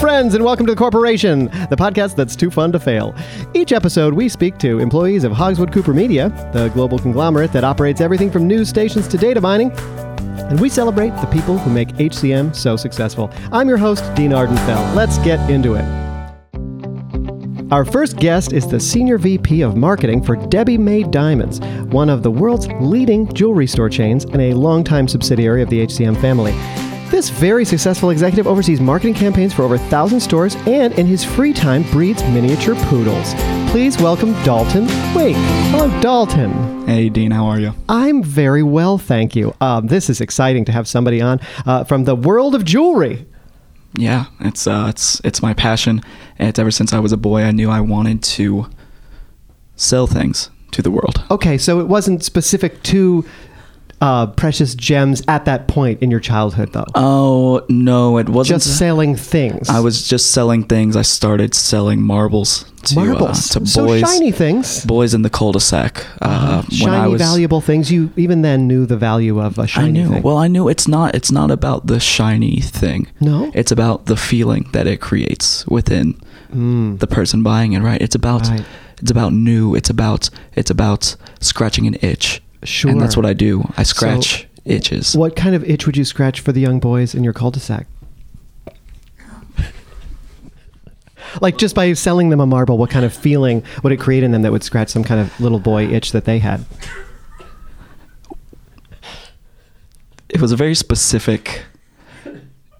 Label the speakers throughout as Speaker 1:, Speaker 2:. Speaker 1: friends, and welcome to The Corporation, the podcast that's too fun to fail. Each episode, we speak to employees of Hogswood Cooper Media, the global conglomerate that operates everything from news stations to data mining, and we celebrate the people who make HCM so successful. I'm your host, Dean Ardenfell. Let's get into it. Our first guest is the Senior VP of Marketing for Debbie May Diamonds, one of the world's leading jewelry store chains and a longtime subsidiary of the HCM family. This very successful executive oversees marketing campaigns for over 1,000 stores and in his free time breeds miniature poodles. Please welcome Dalton Wake. Hello, Dalton.
Speaker 2: Hey, Dean, how are you?
Speaker 1: I'm very well, thank you. Um, this is exciting to have somebody on uh, from the world of jewelry.
Speaker 2: Yeah, it's uh, it's it's my passion. And It's ever since I was a boy, I knew I wanted to sell things to the world.
Speaker 1: Okay, so it wasn't specific to uh, precious gems at that point in your childhood, though.
Speaker 2: Oh no, it wasn't.
Speaker 1: Just selling things.
Speaker 2: I was just selling things. I started selling marbles to uh,
Speaker 1: marbles,
Speaker 2: to boys,
Speaker 1: so shiny things,
Speaker 2: boys in the cul-de-sac. Uh, when I
Speaker 1: shiny,
Speaker 2: was,
Speaker 1: valuable things. You even then knew the value of a shiny
Speaker 2: I knew.
Speaker 1: thing.
Speaker 2: Well, I knew it's not it's not about the shiny thing.
Speaker 1: No?
Speaker 2: It's about the feeling that it creates within the person buying it, right? It's about
Speaker 1: Mm. Right.
Speaker 2: it's about new, it's about it's about scratching an itch.
Speaker 1: Sure.
Speaker 2: And that's what I do. I scratch itches.
Speaker 1: what kind of itch would you scratch for the young boys in your cul-de-sac? Like just by selling them a marble, what kind of feeling would it create in them that would scratch some kind of little boy itch that they had?
Speaker 2: It was a very specific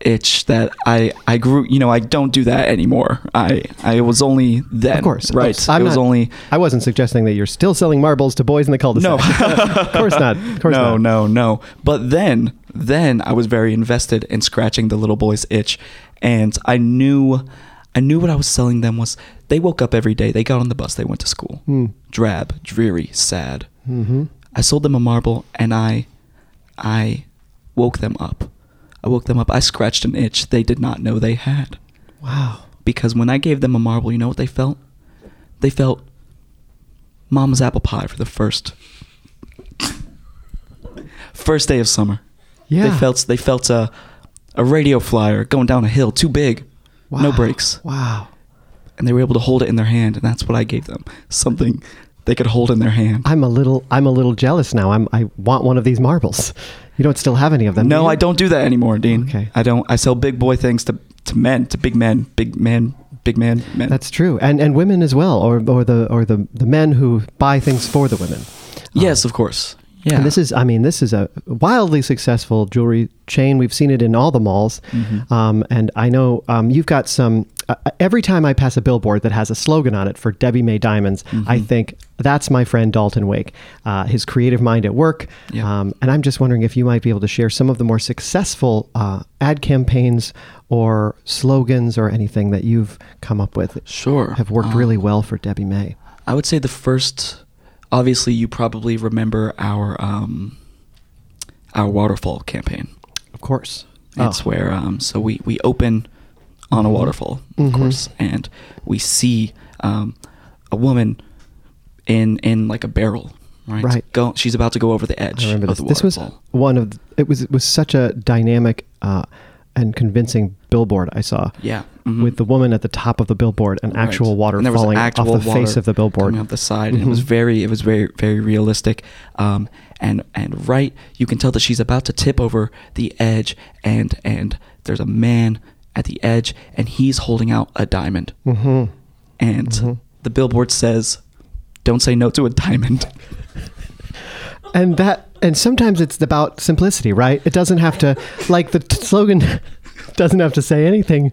Speaker 2: itch that I I grew, you know, I don't do that anymore. I I was only then.
Speaker 1: Of course, of
Speaker 2: right?
Speaker 1: course. I'm
Speaker 2: it was
Speaker 1: not-
Speaker 2: only
Speaker 1: I wasn't suggesting that you're still selling marbles to boys in the cul-de-sac.
Speaker 2: No.
Speaker 1: of course not. Of course
Speaker 2: no,
Speaker 1: not.
Speaker 2: no, no. But then, then I was very invested in scratching the little boy's itch, and I knew, I knew what I was selling them was. They woke up every day. They got on the bus. They went to school.
Speaker 1: Hmm.
Speaker 2: Drab, dreary, sad. Mm-hmm. I sold them a marble, and I, I, woke them up. I woke them up. I scratched an itch they did not know they had
Speaker 1: Wow.
Speaker 2: because when I gave them a marble, you know what they felt? They felt mama's apple pie for the first first day of summer.
Speaker 1: Yeah.
Speaker 2: They felt they felt a a radio flyer going down a hill too big,
Speaker 1: Wow.
Speaker 2: no brakes,
Speaker 1: Wow.
Speaker 2: and they were able to hold it in their hand, and that's what I gave them something they could hold in their hand.
Speaker 1: I'm a little. I'm a little jealous now. I'm. I want one of these marbles. You don't still have any of them. do
Speaker 2: no,
Speaker 1: you?
Speaker 2: I don't do that anymore, Dean.
Speaker 1: Okay.
Speaker 2: I don't. I sell big boy things to to men, to big men, big man, big man, men.
Speaker 1: That's true, and and women as well, or or the or the the men who buy things for the women.
Speaker 2: yes, of course. Yeah.
Speaker 1: And this is, I mean, this is a wildly successful jewelry chain. We've seen it in all the malls,
Speaker 2: Mm-hmm.
Speaker 1: um, and I know um, you've got some. Uh, every time I pass a billboard that has a slogan on it for Debbie May Diamonds, I
Speaker 2: Mm-hmm.
Speaker 1: think that's my friend Dalton Wake, uh, his creative mind at work.
Speaker 2: Yeah.
Speaker 1: Um, and I'm just wondering if you might be able to share some of the more successful uh, ad campaigns or slogans or anything that you've come up with
Speaker 2: sure
Speaker 1: have worked
Speaker 2: Uh,
Speaker 1: really well for Debbie May.
Speaker 2: I would say the first. Obviously, you probably remember our um, our waterfall campaign.
Speaker 1: Of course.
Speaker 2: It's where um, so we we open on a
Speaker 1: Mm-hmm.
Speaker 2: waterfall, of course, and we see um, a woman in in like a barrel, right?
Speaker 1: Right.
Speaker 2: Go. She's about to go over the edge.
Speaker 1: I remember
Speaker 2: of
Speaker 1: this.
Speaker 2: The
Speaker 1: This was
Speaker 2: waterfall.
Speaker 1: one of th- it was it was such a dynamic uh, and convincing billboard I saw.
Speaker 2: Yeah. mhm.
Speaker 1: With the woman at the top of the billboard, an
Speaker 2: Right.
Speaker 1: actual water
Speaker 2: And there was
Speaker 1: falling
Speaker 2: actual
Speaker 1: off the
Speaker 2: water
Speaker 1: face of the billboard. Mm-hmm.
Speaker 2: coming off the side, and it was very, it was very, very realistic. Um, and and right, you can tell that she's about to tip over the edge, and and there's a man at the edge, and he's holding out a diamond,
Speaker 1: hmm
Speaker 2: and the billboard says, "Don't say no to a diamond."
Speaker 1: And that and sometimes it's about simplicity, right? It doesn't have to like the t- slogan doesn't have to say anything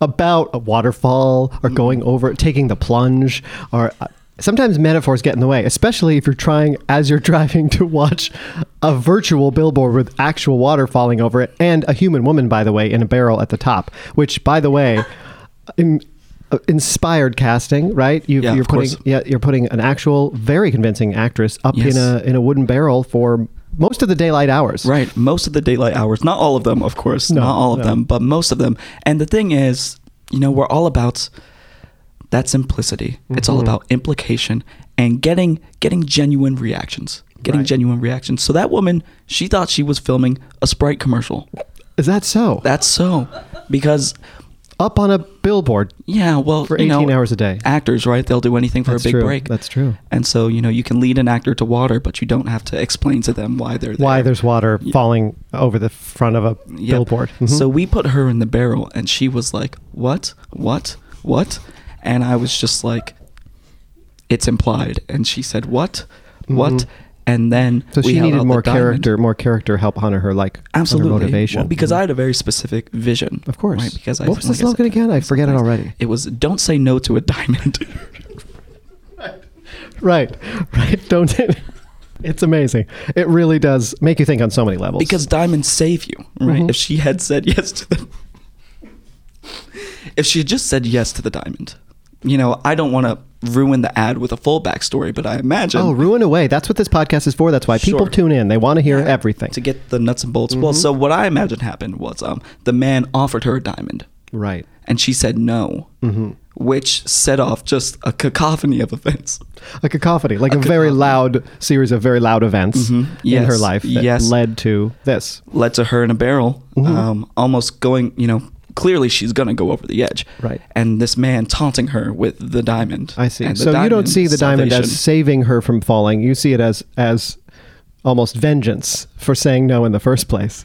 Speaker 1: about a waterfall or going over, taking the plunge, or uh, sometimes metaphors get in the way, especially if you're trying as you're driving to watch a virtual billboard with actual water falling over it and a human woman, by the way, in a barrel at the top. Which, by the way, in, uh, inspired casting, right? You,
Speaker 2: Yeah,
Speaker 1: you're
Speaker 2: of
Speaker 1: putting
Speaker 2: course.
Speaker 1: yeah, you're putting an actual, very convincing actress up
Speaker 2: Yes.
Speaker 1: in a uh, in a wooden barrel for most of the daylight hours.
Speaker 2: Right. Most of the daylight hours. Not all of them, of course.
Speaker 1: No,
Speaker 2: not all of
Speaker 1: no.
Speaker 2: them, but most of them. And the thing is, you know, we're all about that simplicity. It's
Speaker 1: Mm-hmm.
Speaker 2: all about implication and getting getting genuine reactions. Getting
Speaker 1: Right.
Speaker 2: genuine reactions. So that woman, she thought she was filming a Sprite commercial.
Speaker 1: Is that so?
Speaker 2: That's so. Because
Speaker 1: up on a billboard
Speaker 2: Yeah, well,
Speaker 1: for
Speaker 2: you
Speaker 1: 18
Speaker 2: know,
Speaker 1: hours a day.
Speaker 2: actors, right? They'll do anything for
Speaker 1: That's
Speaker 2: a big
Speaker 1: true.
Speaker 2: break.
Speaker 1: That's true.
Speaker 2: and so, you know, you can lead an actor to water, but you don't have to explain to them why they're there.
Speaker 1: Why there's water falling over the front of a
Speaker 2: Yep.
Speaker 1: billboard. Mhm.
Speaker 2: So we put her in the barrel, and she was like, "What? What? What?" And I was just like, "It's implied." And she said, "What? What?"
Speaker 1: Mhm.
Speaker 2: And then
Speaker 1: So
Speaker 2: we
Speaker 1: she
Speaker 2: held out
Speaker 1: needed
Speaker 2: the
Speaker 1: more
Speaker 2: diamond.
Speaker 1: character, more character help on her, like on her
Speaker 2: Absolutely,
Speaker 1: motivation.
Speaker 2: Well, because
Speaker 1: Mhm.
Speaker 2: I had a very specific vision.
Speaker 1: Of course.
Speaker 2: right? Because I,
Speaker 1: What was the
Speaker 2: like I
Speaker 1: slogan
Speaker 2: said,
Speaker 1: again? I forget it
Speaker 2: sometimes-
Speaker 1: already.
Speaker 2: It was "Don't say no to a diamond."
Speaker 1: Mm-hmm. right, right. Don't. it's amazing. It really does make you think on so many levels.
Speaker 2: Because diamonds save you, right?
Speaker 1: Mhm.
Speaker 2: If she had said yes to the, if she had just said yes to the diamond, you know, I don't want to ruin the ad with a full backstory, but I imagine
Speaker 1: oh, ruin away. That's what this podcast is for. That's why people
Speaker 2: Sure.
Speaker 1: tune in. They want to hear everything.
Speaker 2: to get the nuts and bolts. Well, so what I imagine happened was um, the man offered her a diamond,
Speaker 1: Right.
Speaker 2: and she said no, which set off just a cacophony of events.
Speaker 1: A cacophony, like a, very
Speaker 2: cacophony. Mm-hmm.
Speaker 1: loud series of very loud events in
Speaker 2: Yes.
Speaker 1: her life that
Speaker 2: Yes.
Speaker 1: led to this.
Speaker 2: led to her in a barrel,
Speaker 1: Mm-hmm.
Speaker 2: um, almost going, you know, clearly she's going to go over the edge.
Speaker 1: Right.
Speaker 2: And this man taunting her with the diamond.
Speaker 1: I see.
Speaker 2: And the
Speaker 1: So you don't
Speaker 2: diamond
Speaker 1: see the diamond
Speaker 2: salvation.
Speaker 1: as saving her from falling. You see it as as almost vengeance for saying no in the first place.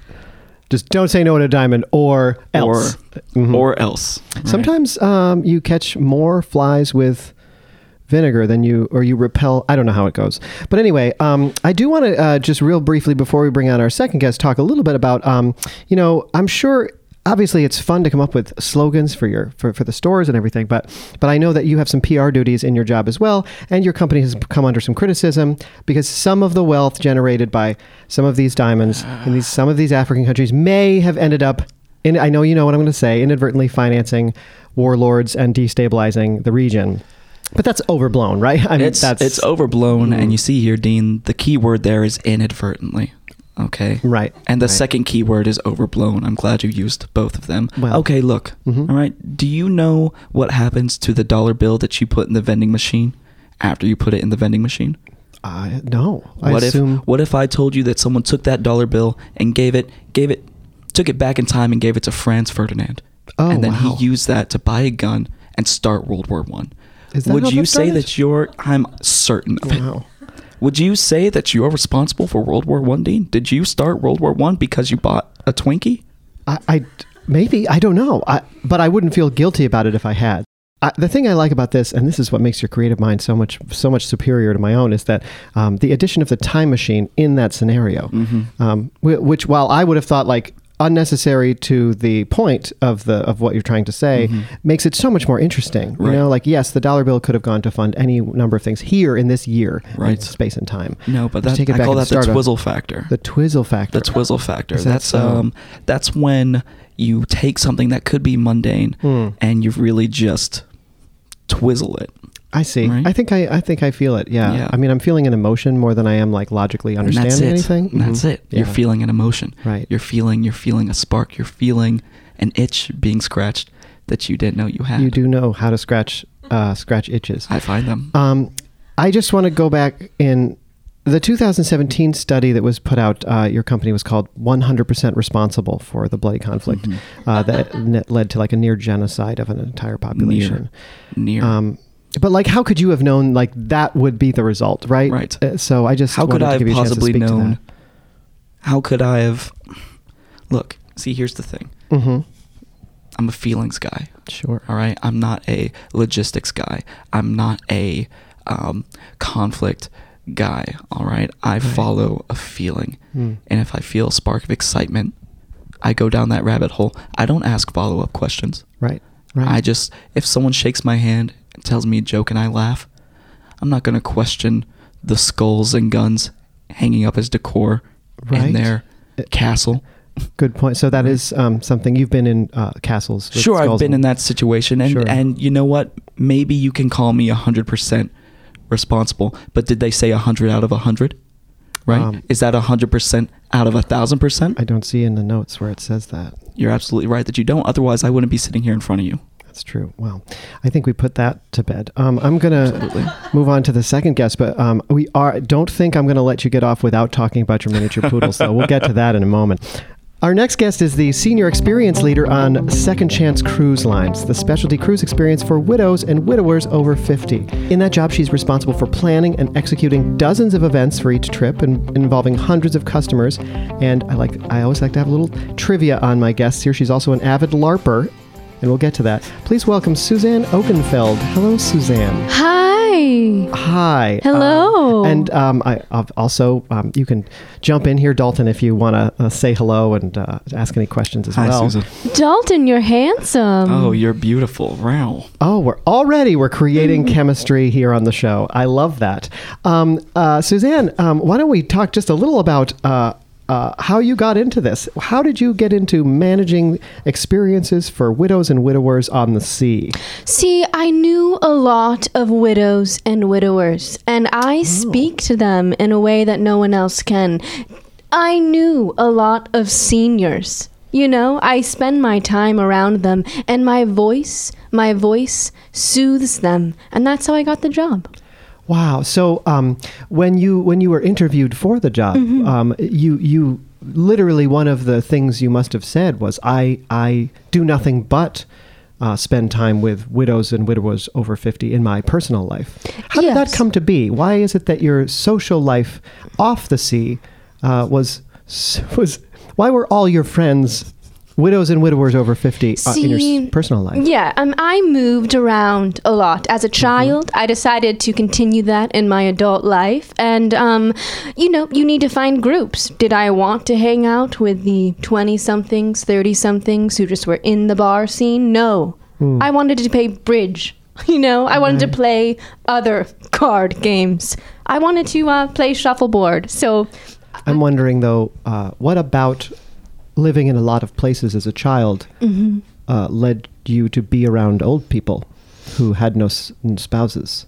Speaker 1: Just don't say no to a diamond or else. Mm-hmm.
Speaker 2: Or, or else. right?
Speaker 1: Sometimes um, you catch more flies with vinegar than you, or you repel. I don't know how it goes. But anyway, um, I do want to uh, just real briefly before we bring on our second guest talk a little bit about, um, you know, I'm sure. Obviously, it's fun to come up with slogans for your for, for the stores and everything, but but I know that you have some PR duties in your job as well, and your company has come under some criticism because some of the wealth generated by some of these diamonds in these some of these African countries may have ended up in I know you know what I'm going to say inadvertently financing warlords and destabilizing the region. But that's overblown, right? I mean,
Speaker 2: it's,
Speaker 1: that's mm-hmm.
Speaker 2: it's overblown. And you see here, Dean, the key word there is inadvertently. Okay.
Speaker 1: Right,
Speaker 2: And the
Speaker 1: right.
Speaker 2: second key word is overblown. I'm glad you used both of them.
Speaker 1: Well- Mm-hmm.
Speaker 2: okay, look. all right. Do you know what happens to the dollar bill that you put in the vending machine after you put it in the vending machine?
Speaker 1: I no. I
Speaker 2: What if
Speaker 1: assume
Speaker 2: what if I told you that someone took that dollar bill and gave it gave it took it back in time and gave it to Franz Ferdinand?
Speaker 1: Oh,
Speaker 2: and then
Speaker 1: wow.
Speaker 2: he used that to buy a gun and start World War One.
Speaker 1: Is that
Speaker 2: Would
Speaker 1: how
Speaker 2: you
Speaker 1: that
Speaker 2: say
Speaker 1: started?
Speaker 2: that you're I'm certain of
Speaker 1: Wow.
Speaker 2: it. Would you say that you're responsible for World War One, Dean? Did you start World War One because you bought a Twinkie?
Speaker 1: I, I- maybe I don't know, I, but I wouldn't feel guilty about it if I had. I, the thing I like about this, and this is what makes your creative mind so much so much superior to my own, is that um, the addition of the time machine in that scenario,
Speaker 2: Mm-hmm.
Speaker 1: um, whi- which while I would have thought like unnecessary to the point of the of what you're trying to say, makes it so much more interesting. You
Speaker 2: Mm-hmm. Right.
Speaker 1: know, like yes, the dollar bill could have gone to fund any number of things here in this year, in
Speaker 2: Right.
Speaker 1: Space and time.
Speaker 2: No, but
Speaker 1: To
Speaker 2: that,
Speaker 1: take it
Speaker 2: I
Speaker 1: back
Speaker 2: call
Speaker 1: and
Speaker 2: that the
Speaker 1: start on-
Speaker 2: twizzle factor.
Speaker 1: The twizzle factor.
Speaker 2: the twizzle factor.
Speaker 1: that
Speaker 2: That's
Speaker 1: so?
Speaker 2: um that's when you take something that could be mundane
Speaker 1: Hmm.
Speaker 2: and you really just twizzle it.
Speaker 1: I see.
Speaker 2: Right?
Speaker 1: I think I, I think I feel it. Yeah.
Speaker 2: Yeah.
Speaker 1: I mean, I'm feeling an emotion more than I am like logically
Speaker 2: And
Speaker 1: understanding
Speaker 2: that's it.
Speaker 1: anything.
Speaker 2: That's
Speaker 1: Mhm.
Speaker 2: it. You're
Speaker 1: Yeah.
Speaker 2: feeling an emotion.
Speaker 1: Right.
Speaker 2: You're feeling you're feeling a spark. You're feeling an itch being scratched that you didn't know you had.
Speaker 1: You do know how to scratch uh, scratch itches.
Speaker 2: I find them.
Speaker 1: Um, I just want to go back in the 2017 study that was put out. Uh, your company was called 100% responsible for the bloody conflict
Speaker 2: Mm-hmm.
Speaker 1: uh, that ne- led to like a near genocide of an entire population.
Speaker 2: Near.
Speaker 1: Um, but like, how could you have known like that would be the result, right?
Speaker 2: Right.
Speaker 1: Uh, so I just
Speaker 2: how
Speaker 1: wanted
Speaker 2: could
Speaker 1: to
Speaker 2: I have
Speaker 1: give you a chance to
Speaker 2: possibly
Speaker 1: speak to that.
Speaker 2: known? How could I have? Look, see, here's the thing.
Speaker 1: Mhm.
Speaker 2: I'm a feelings guy.
Speaker 1: Sure.
Speaker 2: All right. I'm not a logistics guy. I'm not a um, conflict guy. All right. I follow a feeling.
Speaker 1: Mm.
Speaker 2: And if I feel a spark of excitement, I go down that rabbit hole. I don't ask follow up questions.
Speaker 1: Right. Right.
Speaker 2: I just, if someone shakes my hand and tells me a joke and I laugh, I'm not going to question the skulls and guns hanging up as decor in
Speaker 1: Right.
Speaker 2: their
Speaker 1: Uh,
Speaker 2: castle.
Speaker 1: Good point. So that is um, something you've been in uh, castles. with
Speaker 2: sure i've
Speaker 1: skulls
Speaker 2: been
Speaker 1: and-
Speaker 2: in that situation and
Speaker 1: Sure.
Speaker 2: and you know what maybe you can call me 100% responsible but did they say 100 out of 100 right
Speaker 1: Um,
Speaker 2: is that 100% out of 1000%
Speaker 1: I don't see in the notes where it says that.
Speaker 2: you're absolutely right that you don't otherwise i wouldn't be sitting here in front of you
Speaker 1: That's true. Wow. I think we put that to bed. Um, I'm gonna
Speaker 2: Absolutely.
Speaker 1: move on to the second guest, but um, we are. Don't think I'm gonna let you get off without talking about your miniature poodle. so we'll get to that in a moment. Our next guest is the senior experience leader on Second Chance Cruise Lines, the specialty cruise experience for widows and widowers over 50. In that job, she's responsible for planning and executing dozens of events for each trip and involving hundreds of customers. And I like I always like to have a little trivia on my guests here. She's also an avid LARPer, and we'll get to that. Please welcome Suzanne Oakenfeld. Hello, Suzanne.
Speaker 3: Hi.
Speaker 1: Hi.
Speaker 3: Hello.
Speaker 1: Um, and um, I I've also, um, you can jump in here, Dalton, if you want to uh, say hello and uh, ask any questions as
Speaker 2: Hi,
Speaker 1: well. hmm.
Speaker 2: Susan.
Speaker 3: Dalton, you're handsome.
Speaker 2: Oh, you're beautiful. Wow.
Speaker 1: Oh, we're already we're creating chemistry here on the show. I love that. Um, uh, Suzanne, um, why don't we talk just a little about uh, uh, how you got into this? How did you get into managing experiences for widows and widowers on the sea?
Speaker 3: See, I knew a lot of widows and widowers, and I speak to them in a way that no one else can. I knew a lot of seniors. You know, I spend my time around them, and my voice, my voice soothes them, and that's how I got the job.
Speaker 1: Wow. So um, when you when you were interviewed for the job,
Speaker 3: Mm-hmm.
Speaker 1: um, you you literally one of the things you must have said was I I do nothing but. Uh, spend time with widows and widowers over 50 in my personal life. How did that
Speaker 3: Yes.
Speaker 1: come to be? Why is it that your social life off the sea uh, was was why were all your friends widows and widowers over 50 uh, in your
Speaker 3: See,
Speaker 1: s- personal life? Mm-hmm.
Speaker 3: Yeah, um, I moved around a lot as a child. I decided to continue that in my adult life, and um, you know, you need to find groups. Did I want to hang out with the twenty-somethings, thirty-somethings who just were in the bar scene? No,
Speaker 1: Hmm.
Speaker 3: I wanted to play bridge. You know, I wanted to play other card games. I wanted to uh, play shuffleboard. So
Speaker 1: I'm wondering though, uh, what about living in a lot of places as a child
Speaker 3: Mm-hmm.
Speaker 1: uh, led you to be around old people who had no s- n- spouses?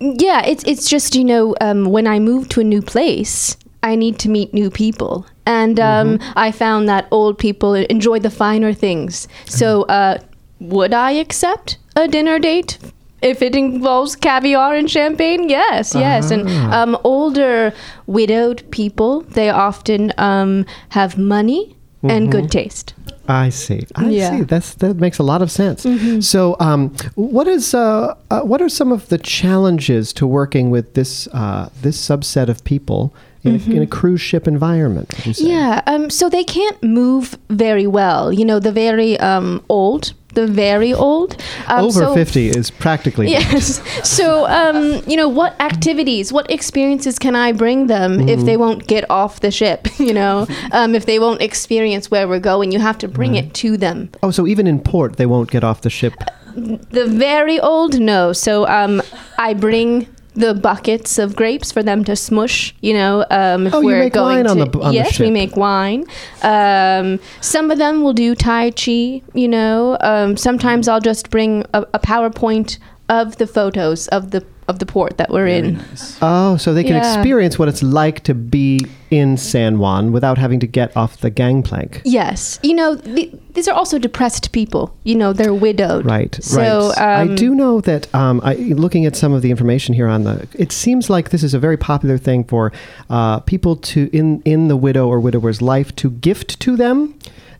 Speaker 3: Yeah, it's it's just you know um, when I move to a new place, I need to meet new people, and um, I found that old people enjoy the finer things. So, uh, would I accept a dinner date if it involves caviar and champagne? Yes, yes. And um, older widowed people, they often um, have money and good taste.
Speaker 1: I see. I
Speaker 3: Yeah. Mm-hmm.
Speaker 1: see. That's that makes a lot of sense. So, um, what is uh, uh, what are some of the challenges to working with this uh, this subset of people in, a, in a cruise ship environment? would you say?
Speaker 3: Mm-hmm. Yeah, um, so they can't move very well. You know, the very um, old, the very old. Um,
Speaker 1: Over
Speaker 3: so-
Speaker 1: fifty is practically
Speaker 3: Yes. So, um, you know, what activities, what experiences can I bring them if
Speaker 1: Mm-hmm.
Speaker 3: they won't get off the ship? You know, um, if they won't experience where we're going, you have to bring it to them.
Speaker 1: Oh, so even in port, they won't get off the ship.
Speaker 3: The very old, no. So, um, I bring the buckets of grapes for them to smush. You know, um, if
Speaker 1: Oh, you
Speaker 3: we're
Speaker 1: make
Speaker 3: going
Speaker 1: wine on
Speaker 3: to,
Speaker 1: the- on the
Speaker 3: yes, we
Speaker 1: ship.
Speaker 3: make wine. Um, some of them will do tai chi. You know, um, sometimes I'll just bring a, a PowerPoint of the photos of the of the port that we're in.
Speaker 1: Oh, so they can
Speaker 3: Yeah.
Speaker 1: experience what it's like to be in San Juan without having to get off the gangplank.
Speaker 3: Yes, you know th- these are also depressed people. You know they're widowed.
Speaker 1: Right,
Speaker 3: So
Speaker 1: right. I
Speaker 3: um,
Speaker 1: do know that um, I, looking at some of the information here on the, it seems like this is a very popular thing for uh, people to in in the widow or widower's life to gift to them,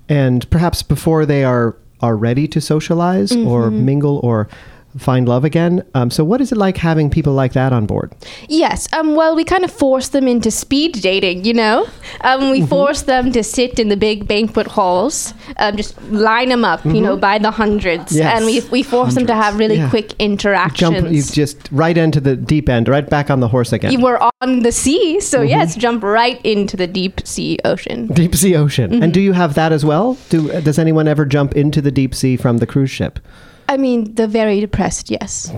Speaker 1: and perhaps before they are are ready to socialize or
Speaker 3: Mm-hmm.
Speaker 1: mingle or find love again. Um, so, what is it like having people like that on board?
Speaker 3: Yes. Um. Well, we kind of force them into speed dating. You know, um,
Speaker 1: Mm-hmm.
Speaker 3: we force them to sit in the big banquet halls. Um, just line them up. You know, by the hundreds,
Speaker 1: Mm-hmm. Yes.
Speaker 3: and we we force them to have really
Speaker 1: Yeah.
Speaker 3: quick
Speaker 1: Jump,
Speaker 3: interactions.
Speaker 1: you just right into the deep end, right back on the horse again.
Speaker 3: You were on the sea, so
Speaker 1: Mm-hmm.
Speaker 3: yes, jump right into the deep sea ocean.
Speaker 1: Deep sea ocean. And do you have that as well? Do does anyone ever jump into the deep sea from the cruise ship?
Speaker 3: I mean, the very depressed. Yes.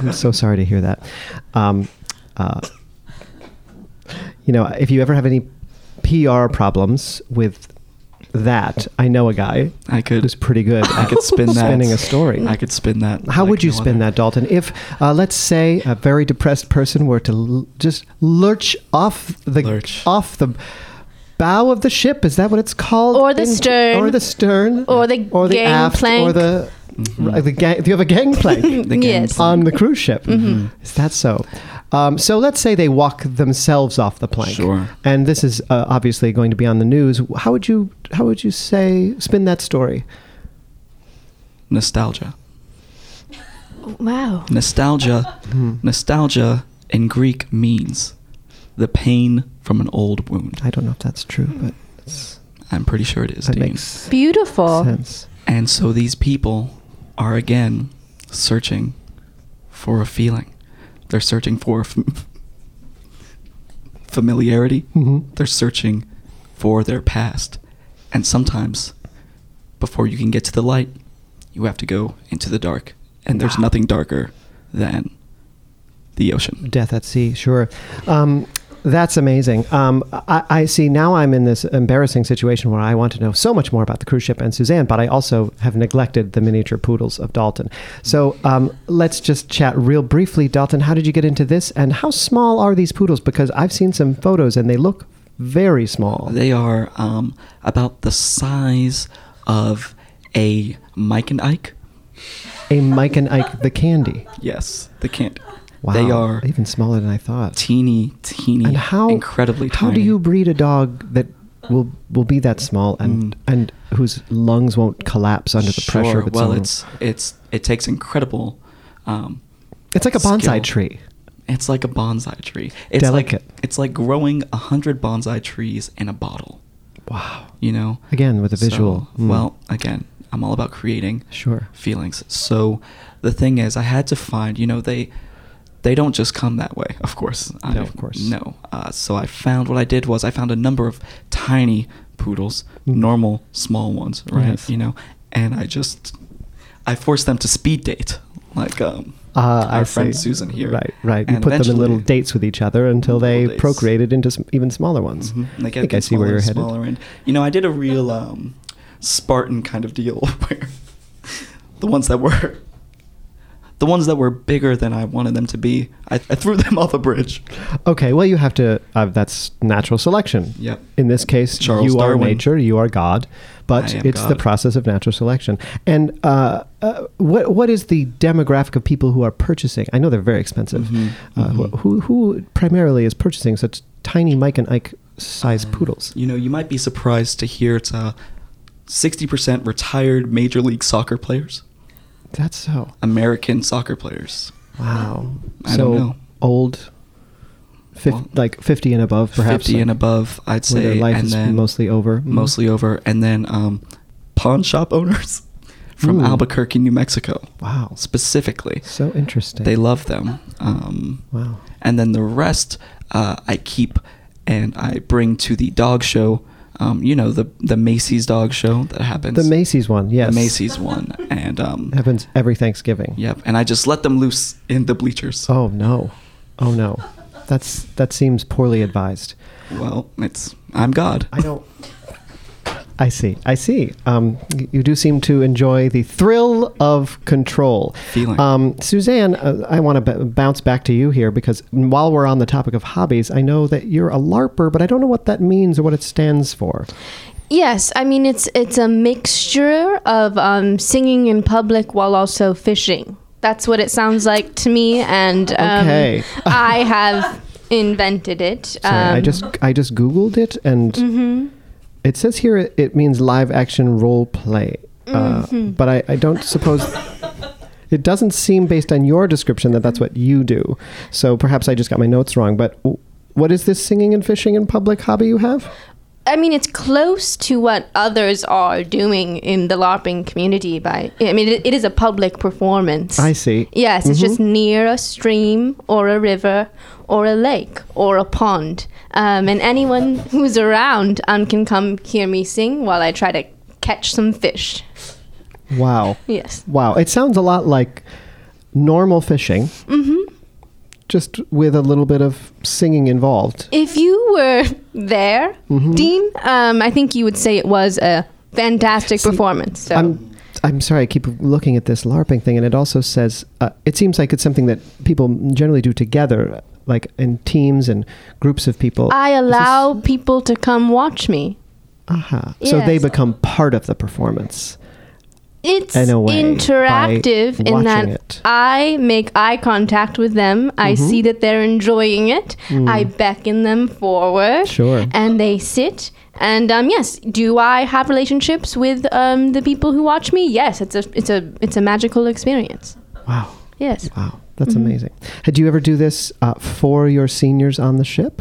Speaker 1: I'm so sorry to hear that. Um, uh, you know, if you ever have any PR problems with that, I know a guy
Speaker 2: I could-
Speaker 1: who's pretty good
Speaker 2: I
Speaker 1: at
Speaker 2: could spin that.
Speaker 1: spinning a story.
Speaker 2: I could spin that.
Speaker 1: How
Speaker 2: like
Speaker 1: would you
Speaker 2: no
Speaker 1: spin
Speaker 2: other.
Speaker 1: that, Dalton? If, uh, let's say, a very depressed person were to l- just lurch off the
Speaker 2: Lurch.
Speaker 1: off the bow of the ship, is that what it's called?
Speaker 3: Or the
Speaker 1: In-
Speaker 3: stern.
Speaker 1: or the stern,
Speaker 3: Or the
Speaker 1: aft, or
Speaker 3: gangplank.
Speaker 1: the right, the gang. Do you have a gangplank
Speaker 2: Mm-hmm. The gang Mm-hmm.
Speaker 3: yes. Mm-hmm.
Speaker 2: plan.
Speaker 1: on the cruise ship? Is that so? Um, so let's say they walk themselves off the plank.
Speaker 2: Sure.
Speaker 1: And this is uh, obviously going to be on the news. How would you how would you say spin that story?
Speaker 2: Nostalgia.
Speaker 3: Wow.
Speaker 2: Nostalgia.
Speaker 1: Hmm.
Speaker 2: nostalgia in Greek means the pain from an old wound.
Speaker 1: I don't know if that's true, but it's,
Speaker 2: I'm pretty sure it is.
Speaker 1: that
Speaker 2: Dean.
Speaker 1: makes
Speaker 3: Beautiful.
Speaker 1: sense.
Speaker 2: And so these people are again searching for a feeling. They're searching for f- familiarity.
Speaker 1: Mhm.
Speaker 2: They're searching for their past. And sometimes, before you can get to the light, you have to go into the dark. And there's
Speaker 1: Wow.
Speaker 2: nothing darker than the ocean.
Speaker 1: Death at sea, sure. Um, that's amazing. Um, I, I see now I'm in this embarrassing situation where I want to know so much more about the cruise ship and Suzanne, but I also have neglected the miniature poodles of Dalton. So um, let's just chat real briefly. Dalton, how did you get into this and how small are these poodles? Because I've seen some photos and they look very small.
Speaker 2: They are um, about the size of a Mike and Ike.
Speaker 1: A Mike and Ike, the candy.
Speaker 2: Yes, they can't.
Speaker 1: Wow.
Speaker 2: They are
Speaker 1: even smaller than I thought.
Speaker 2: teeny, teeny,
Speaker 1: and how
Speaker 2: incredibly
Speaker 1: how
Speaker 2: tiny.
Speaker 1: do you breed a dog that will will be that small and
Speaker 2: Mm.
Speaker 1: and whose lungs won't collapse under the pressure of its
Speaker 2: well,
Speaker 1: own?
Speaker 2: it's it's it takes incredible. Um,
Speaker 1: it's like a bonsai
Speaker 2: skill.
Speaker 1: tree.
Speaker 2: it's like a bonsai tree. It's
Speaker 1: Delicate.
Speaker 2: Like, it's like growing a hundred bonsai trees in a bottle.
Speaker 1: Wow.
Speaker 2: You know.
Speaker 1: Again, with a
Speaker 2: So,
Speaker 1: visual. Mm.
Speaker 2: Well, again, I'm all about creating
Speaker 1: Sure.
Speaker 2: feelings. So the thing is, I had to find. You know, they they don't just come that way. Of course. I-
Speaker 1: No, of course.
Speaker 2: No. Uh, so I found what I did was I found a number of tiny poodles,
Speaker 1: Mm.
Speaker 2: normal small ones, right?
Speaker 1: Yes.
Speaker 2: You know, and I just I forced them to speed date, like um,
Speaker 1: Uh,
Speaker 2: our
Speaker 1: I
Speaker 2: friend
Speaker 1: see.
Speaker 2: Susan here.
Speaker 1: Right, right. You
Speaker 2: And
Speaker 1: put them in little
Speaker 2: eventually-
Speaker 1: dates with each other until they
Speaker 2: Little dates.
Speaker 1: procreated into s- even smaller ones.
Speaker 2: Mhm. And They
Speaker 1: Mm-hmm. I
Speaker 2: get
Speaker 1: think I see where you're headed.
Speaker 2: Smaller and you know, I did a real um, Spartan kind of deal where the ones that were the ones that were bigger than I wanted them to be, I, I threw them off a bridge.
Speaker 1: Okay, well, you have to. Uh, that's natural selection.
Speaker 2: Yep.
Speaker 1: In this case,
Speaker 2: Charles
Speaker 1: you are
Speaker 2: Darwin.
Speaker 1: nature, you are God, but
Speaker 2: I am
Speaker 1: it's the
Speaker 2: God.
Speaker 1: process of natural selection. And uh, uh, what what is the demographic of people who are purchasing? I know they're very expensive.
Speaker 2: Mhm,
Speaker 1: Uh, wh-
Speaker 2: mhm.
Speaker 1: Who who primarily is purchasing such tiny Mike and Ike size
Speaker 2: Uh,
Speaker 1: poodles?
Speaker 2: You know, you might be surprised to hear it's uh, 60% retired Major League Soccer players,
Speaker 1: That's so.
Speaker 2: American soccer players.
Speaker 1: Wow. so
Speaker 2: I don't know.
Speaker 1: old, fif-
Speaker 2: Well,
Speaker 1: like fifty and above, perhaps.
Speaker 2: 50 and
Speaker 1: like,
Speaker 2: above, I'd
Speaker 1: Where
Speaker 2: say.
Speaker 1: their life
Speaker 2: and
Speaker 1: is
Speaker 2: then
Speaker 1: mostly over. Mhm.
Speaker 2: mostly over. And then um, pawn shop owners from
Speaker 1: Ooh.
Speaker 2: Albuquerque, New Mexico,
Speaker 1: Wow.
Speaker 2: specifically.
Speaker 1: So interesting.
Speaker 2: They love them. Um,
Speaker 1: Wow.
Speaker 2: And then the rest uh, I keep and I bring to the dog show. Um, you know, the, the Macy's dog show that happens.
Speaker 1: The Macy's one, yes.
Speaker 2: The Macy's one. And um,
Speaker 1: happens every Thanksgiving.
Speaker 2: Yep, and I just let them loose in the bleachers.
Speaker 1: Oh no, oh no, that's that seems poorly advised.
Speaker 2: Well, it's I'm God.
Speaker 1: I don't. I see. I see. Um, y- you do seem to enjoy the thrill of control.
Speaker 2: Feeling.
Speaker 1: Um, Suzanne, uh, I want to b- bounce back to you here because while we're on the topic of hobbies, I know that you're a LARPer, but I don't know what that means or what it stands for.
Speaker 3: Yes, I mean it's it's a mixture of um, singing in public while also fishing. That's what it sounds like to me, and um,
Speaker 1: Okay.
Speaker 3: I have invented it. um,
Speaker 1: Sorry, I just I just googled it and it says here it, it means live action role play, uh, but I, I don't suppose it doesn't seem based on your description that that's what you do. So perhaps I just got my notes wrong. But w- what is this singing and fishing in public hobby you have?
Speaker 3: I mean, it's close to what others are doing in the LARPing community. By I mean, it, it is a public performance.
Speaker 1: I see. Mm-hmm.
Speaker 3: Yes, it's just near a stream or a river or a lake or a pond. Um, and anyone who's around um, can come hear me sing while I try to catch some fish.
Speaker 1: Wow.
Speaker 3: Yes.
Speaker 1: Wow. It sounds a lot like normal fishing. Mm-hmm. Just with a little bit of singing involved.
Speaker 3: If you were there,
Speaker 1: Mm-hmm.
Speaker 3: Dean, um, I think you would say it was a fantastic performance. So.
Speaker 1: I'm I'm sorry. I keep looking at this LARPing thing, and it also says uh, it seems like it's something that people generally do together, like in teams and groups of people.
Speaker 3: I allow people to come watch me.
Speaker 1: Aha. So they
Speaker 3: Yes.
Speaker 1: become part of the performance.
Speaker 3: it's
Speaker 1: In a way,
Speaker 3: interactive
Speaker 1: by
Speaker 3: in that
Speaker 1: watching it. Mm-hmm.
Speaker 3: I make eye contact with them. I see that they're enjoying it. I beckon them forward.
Speaker 1: Mm. Sure.
Speaker 3: And they sit. And um, yes, do I have relationships with um, the people who watch me? Yes, it's a it's a it's a magical experience.
Speaker 1: Wow.
Speaker 3: Yes.
Speaker 1: Wow. That's
Speaker 3: Mm-hmm.
Speaker 1: amazing. Did you ever do this uh, for your seniors on the ship?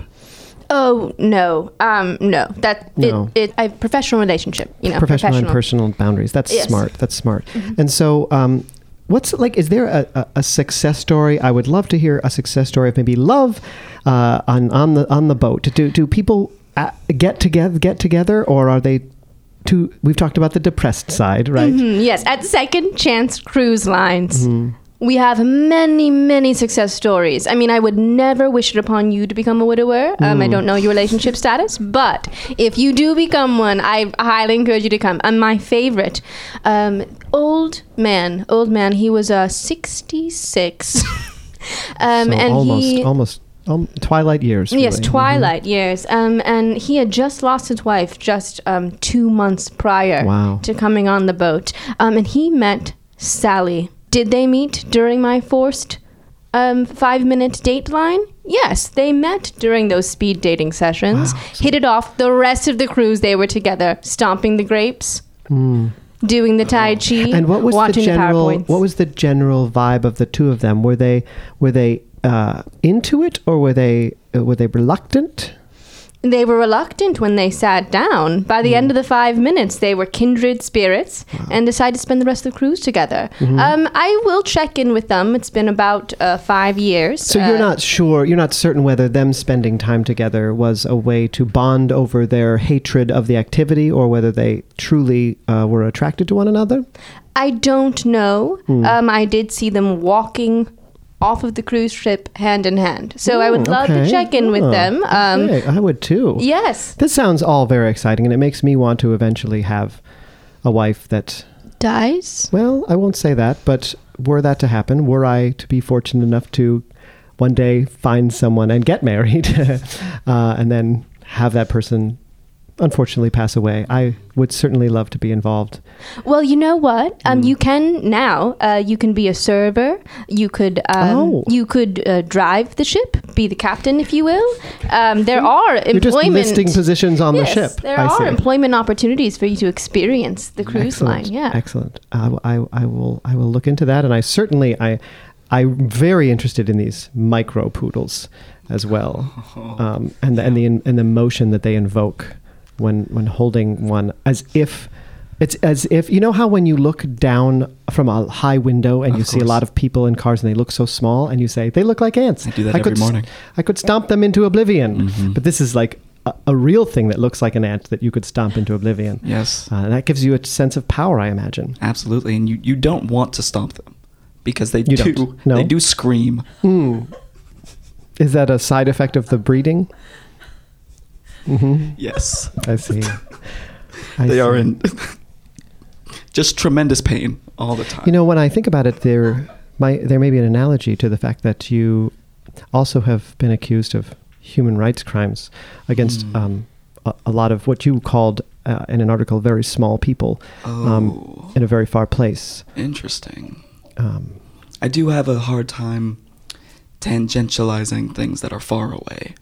Speaker 3: Oh no, um, no. That
Speaker 1: No.
Speaker 3: it, it a professional relationship. You know,
Speaker 1: professional, and personal boundaries. That's
Speaker 3: Yes. Mm-hmm.
Speaker 1: smart. That's smart. And so, um, what's like? Is there a, a, a success story? I would love to hear a success story of maybe love uh, on on the on the boat. Do do people uh, get together get together, or are they too? We've talked about the depressed side, right?
Speaker 3: Mm, yes, at Second Chance Cruise Lines.
Speaker 1: Mm-hmm.
Speaker 3: We have many, many success stories. I mean, I would never wish it upon you to become a widower. Um,
Speaker 1: Mm.
Speaker 3: I don't know your relationship status, but if you do become one, I highly encourage you to come. And my favorite, um, old man, old man, he was uh, 66. um,
Speaker 1: So
Speaker 3: and
Speaker 1: almost
Speaker 3: he,
Speaker 1: almost um, twilight years.
Speaker 3: Yes,
Speaker 1: really. Mm-hmm.
Speaker 3: Twilight years. Um, and he had just lost his wife just um, two months prior
Speaker 1: Wow.
Speaker 3: to coming on the boat. Um, and he met Sally. Did they meet during my forced um, five minute date line? Yes, they met during those speed dating sessions. Hit it off. The rest of the cruise, they were together, stomping the grapes, doing the Tai Chi,
Speaker 1: Hmm. Mm-hmm. And what was
Speaker 3: watching
Speaker 1: the general
Speaker 3: PowerPoints.
Speaker 1: what was the general vibe of the two of them? Were they were they uh, into it or were they uh, were they reluctant?
Speaker 3: They were reluctant when they sat down. By the end of the five minutes, they were kindred spirits and decided to spend the rest of the cruise together.
Speaker 1: Mm-hmm.
Speaker 3: Um, I will check in with them. It's been about uh, five years.
Speaker 1: So you're
Speaker 3: Uh,
Speaker 1: not sure, you're not certain whether them spending time together was a way to bond over their hatred of the activity or whether they truly uh, were attracted to one another?
Speaker 3: I don't know.
Speaker 1: Hmm.
Speaker 3: Um, I did see them walking off of the cruise ship hand in hand. So I would
Speaker 1: Hmm,
Speaker 3: love
Speaker 1: okay.
Speaker 3: to check in with
Speaker 1: Oh,
Speaker 3: them. Um,
Speaker 1: okay, I would too.
Speaker 3: Yes.
Speaker 1: This sounds all very exciting and it makes me want to eventually have a wife that,
Speaker 3: Dies?
Speaker 1: well, I won't say that, but were that to happen, were I to be fortunate enough to one day find someone and get married uh, and then have that person unfortunately pass away, I would certainly love to be involved.
Speaker 3: Well, you know what? Um,
Speaker 1: Mm.
Speaker 3: You can now. Uh, you can be a server. You could. Um,
Speaker 1: Oh.
Speaker 3: You could uh, drive the ship. Be the captain, if you will. Um, there are
Speaker 1: Hmm. You're just
Speaker 3: employment.
Speaker 1: listing positions on
Speaker 3: yes,
Speaker 1: the ship.
Speaker 3: there
Speaker 1: I
Speaker 3: are
Speaker 1: see.
Speaker 3: employment opportunities for you to experience the cruise
Speaker 1: Excellent.
Speaker 3: line. Yeah.
Speaker 1: excellent. I, w- I, I will I will look into that, and I certainly I I'm very interested in these micro poodles as well, um, and the, and the and the motion that they invoke when when holding one as if. It's as if you know how when you look down from a high window and you see a
Speaker 2: course.
Speaker 1: lot of people in cars and they look so small and you say they look like ants.
Speaker 2: I do that every
Speaker 1: could s-
Speaker 2: morning. Mm-hmm.
Speaker 1: I could stomp them into oblivion, but this is like a, a real thing that looks like an ant that you could stomp into oblivion.
Speaker 2: Yes.
Speaker 1: Uh, and that gives you a sense of power, I imagine.
Speaker 2: Absolutely, and you, you don't want to stomp them because they
Speaker 1: You
Speaker 2: do
Speaker 1: don't. No.
Speaker 2: they do scream.
Speaker 1: Is that a side effect of the breeding?
Speaker 2: Yes,
Speaker 1: I see. I
Speaker 2: they are
Speaker 1: see.
Speaker 2: in just tremendous pain all the time.
Speaker 1: You know, when I think about it, there, my, there may be an analogy to the fact that you also have been accused of human rights crimes against
Speaker 2: Hmm.
Speaker 1: um, a, a lot of what you called uh, in an article very small people um,
Speaker 2: Oh.
Speaker 1: in a very far place.
Speaker 2: Interesting.
Speaker 1: Um,
Speaker 2: I do have a hard time tangentializing things that are far away.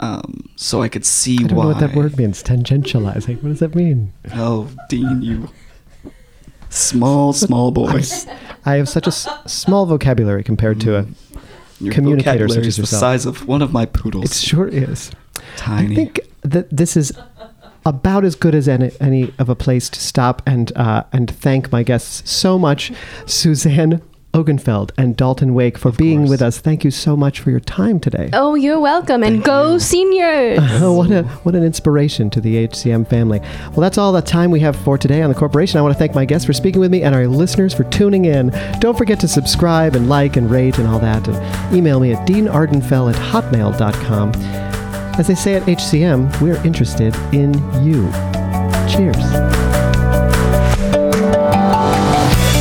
Speaker 2: Um, so I could see
Speaker 1: I don't
Speaker 2: why.
Speaker 1: know what that word means. Tangentializing. What does that mean?
Speaker 2: Oh, Dean, you small, small boy.
Speaker 1: I have such a s- small vocabulary compared to a.
Speaker 2: Hmm. Your
Speaker 1: communicator
Speaker 2: vocabulary
Speaker 1: such as
Speaker 2: is the
Speaker 1: yourself.
Speaker 2: size of one of my poodles.
Speaker 1: It sure is.
Speaker 2: tiny.
Speaker 1: I think that this is about as good as any, any of a place to stop and uh, and thank my guests so much, Suzanne Ogenfeld and Dalton Wake for being
Speaker 2: course.
Speaker 1: with us. Thank you so much for your time today.
Speaker 3: Oh, you're welcome. And go seniors.
Speaker 1: Oh, what, a, what an inspiration to the HCM family. Well, that's all the time we have for today on The Corporation. I want to thank my guests for speaking with me and our listeners for tuning in. Don't forget to subscribe and like and rate and all that. And email me at deanardenfell at hotmail.com. As they say at HCM, we're interested in you. Cheers.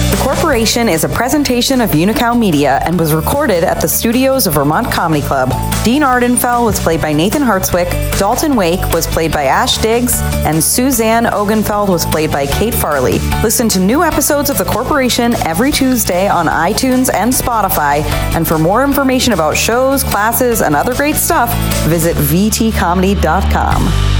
Speaker 4: The Corporation. Corporation is a presentation of Unical Media and was recorded at the studios of Vermont Comedy Club. Dean Ardenfell was played by Nathan Hartswick, Dalton Wake was played by Ash Diggs, and Suzanne Ogenfeld was played by Kate Farley. Listen to new episodes of The Corporation every Tuesday on iTunes and Spotify. And for more information about shows, classes, and other great stuff, visit vtcomedy.com.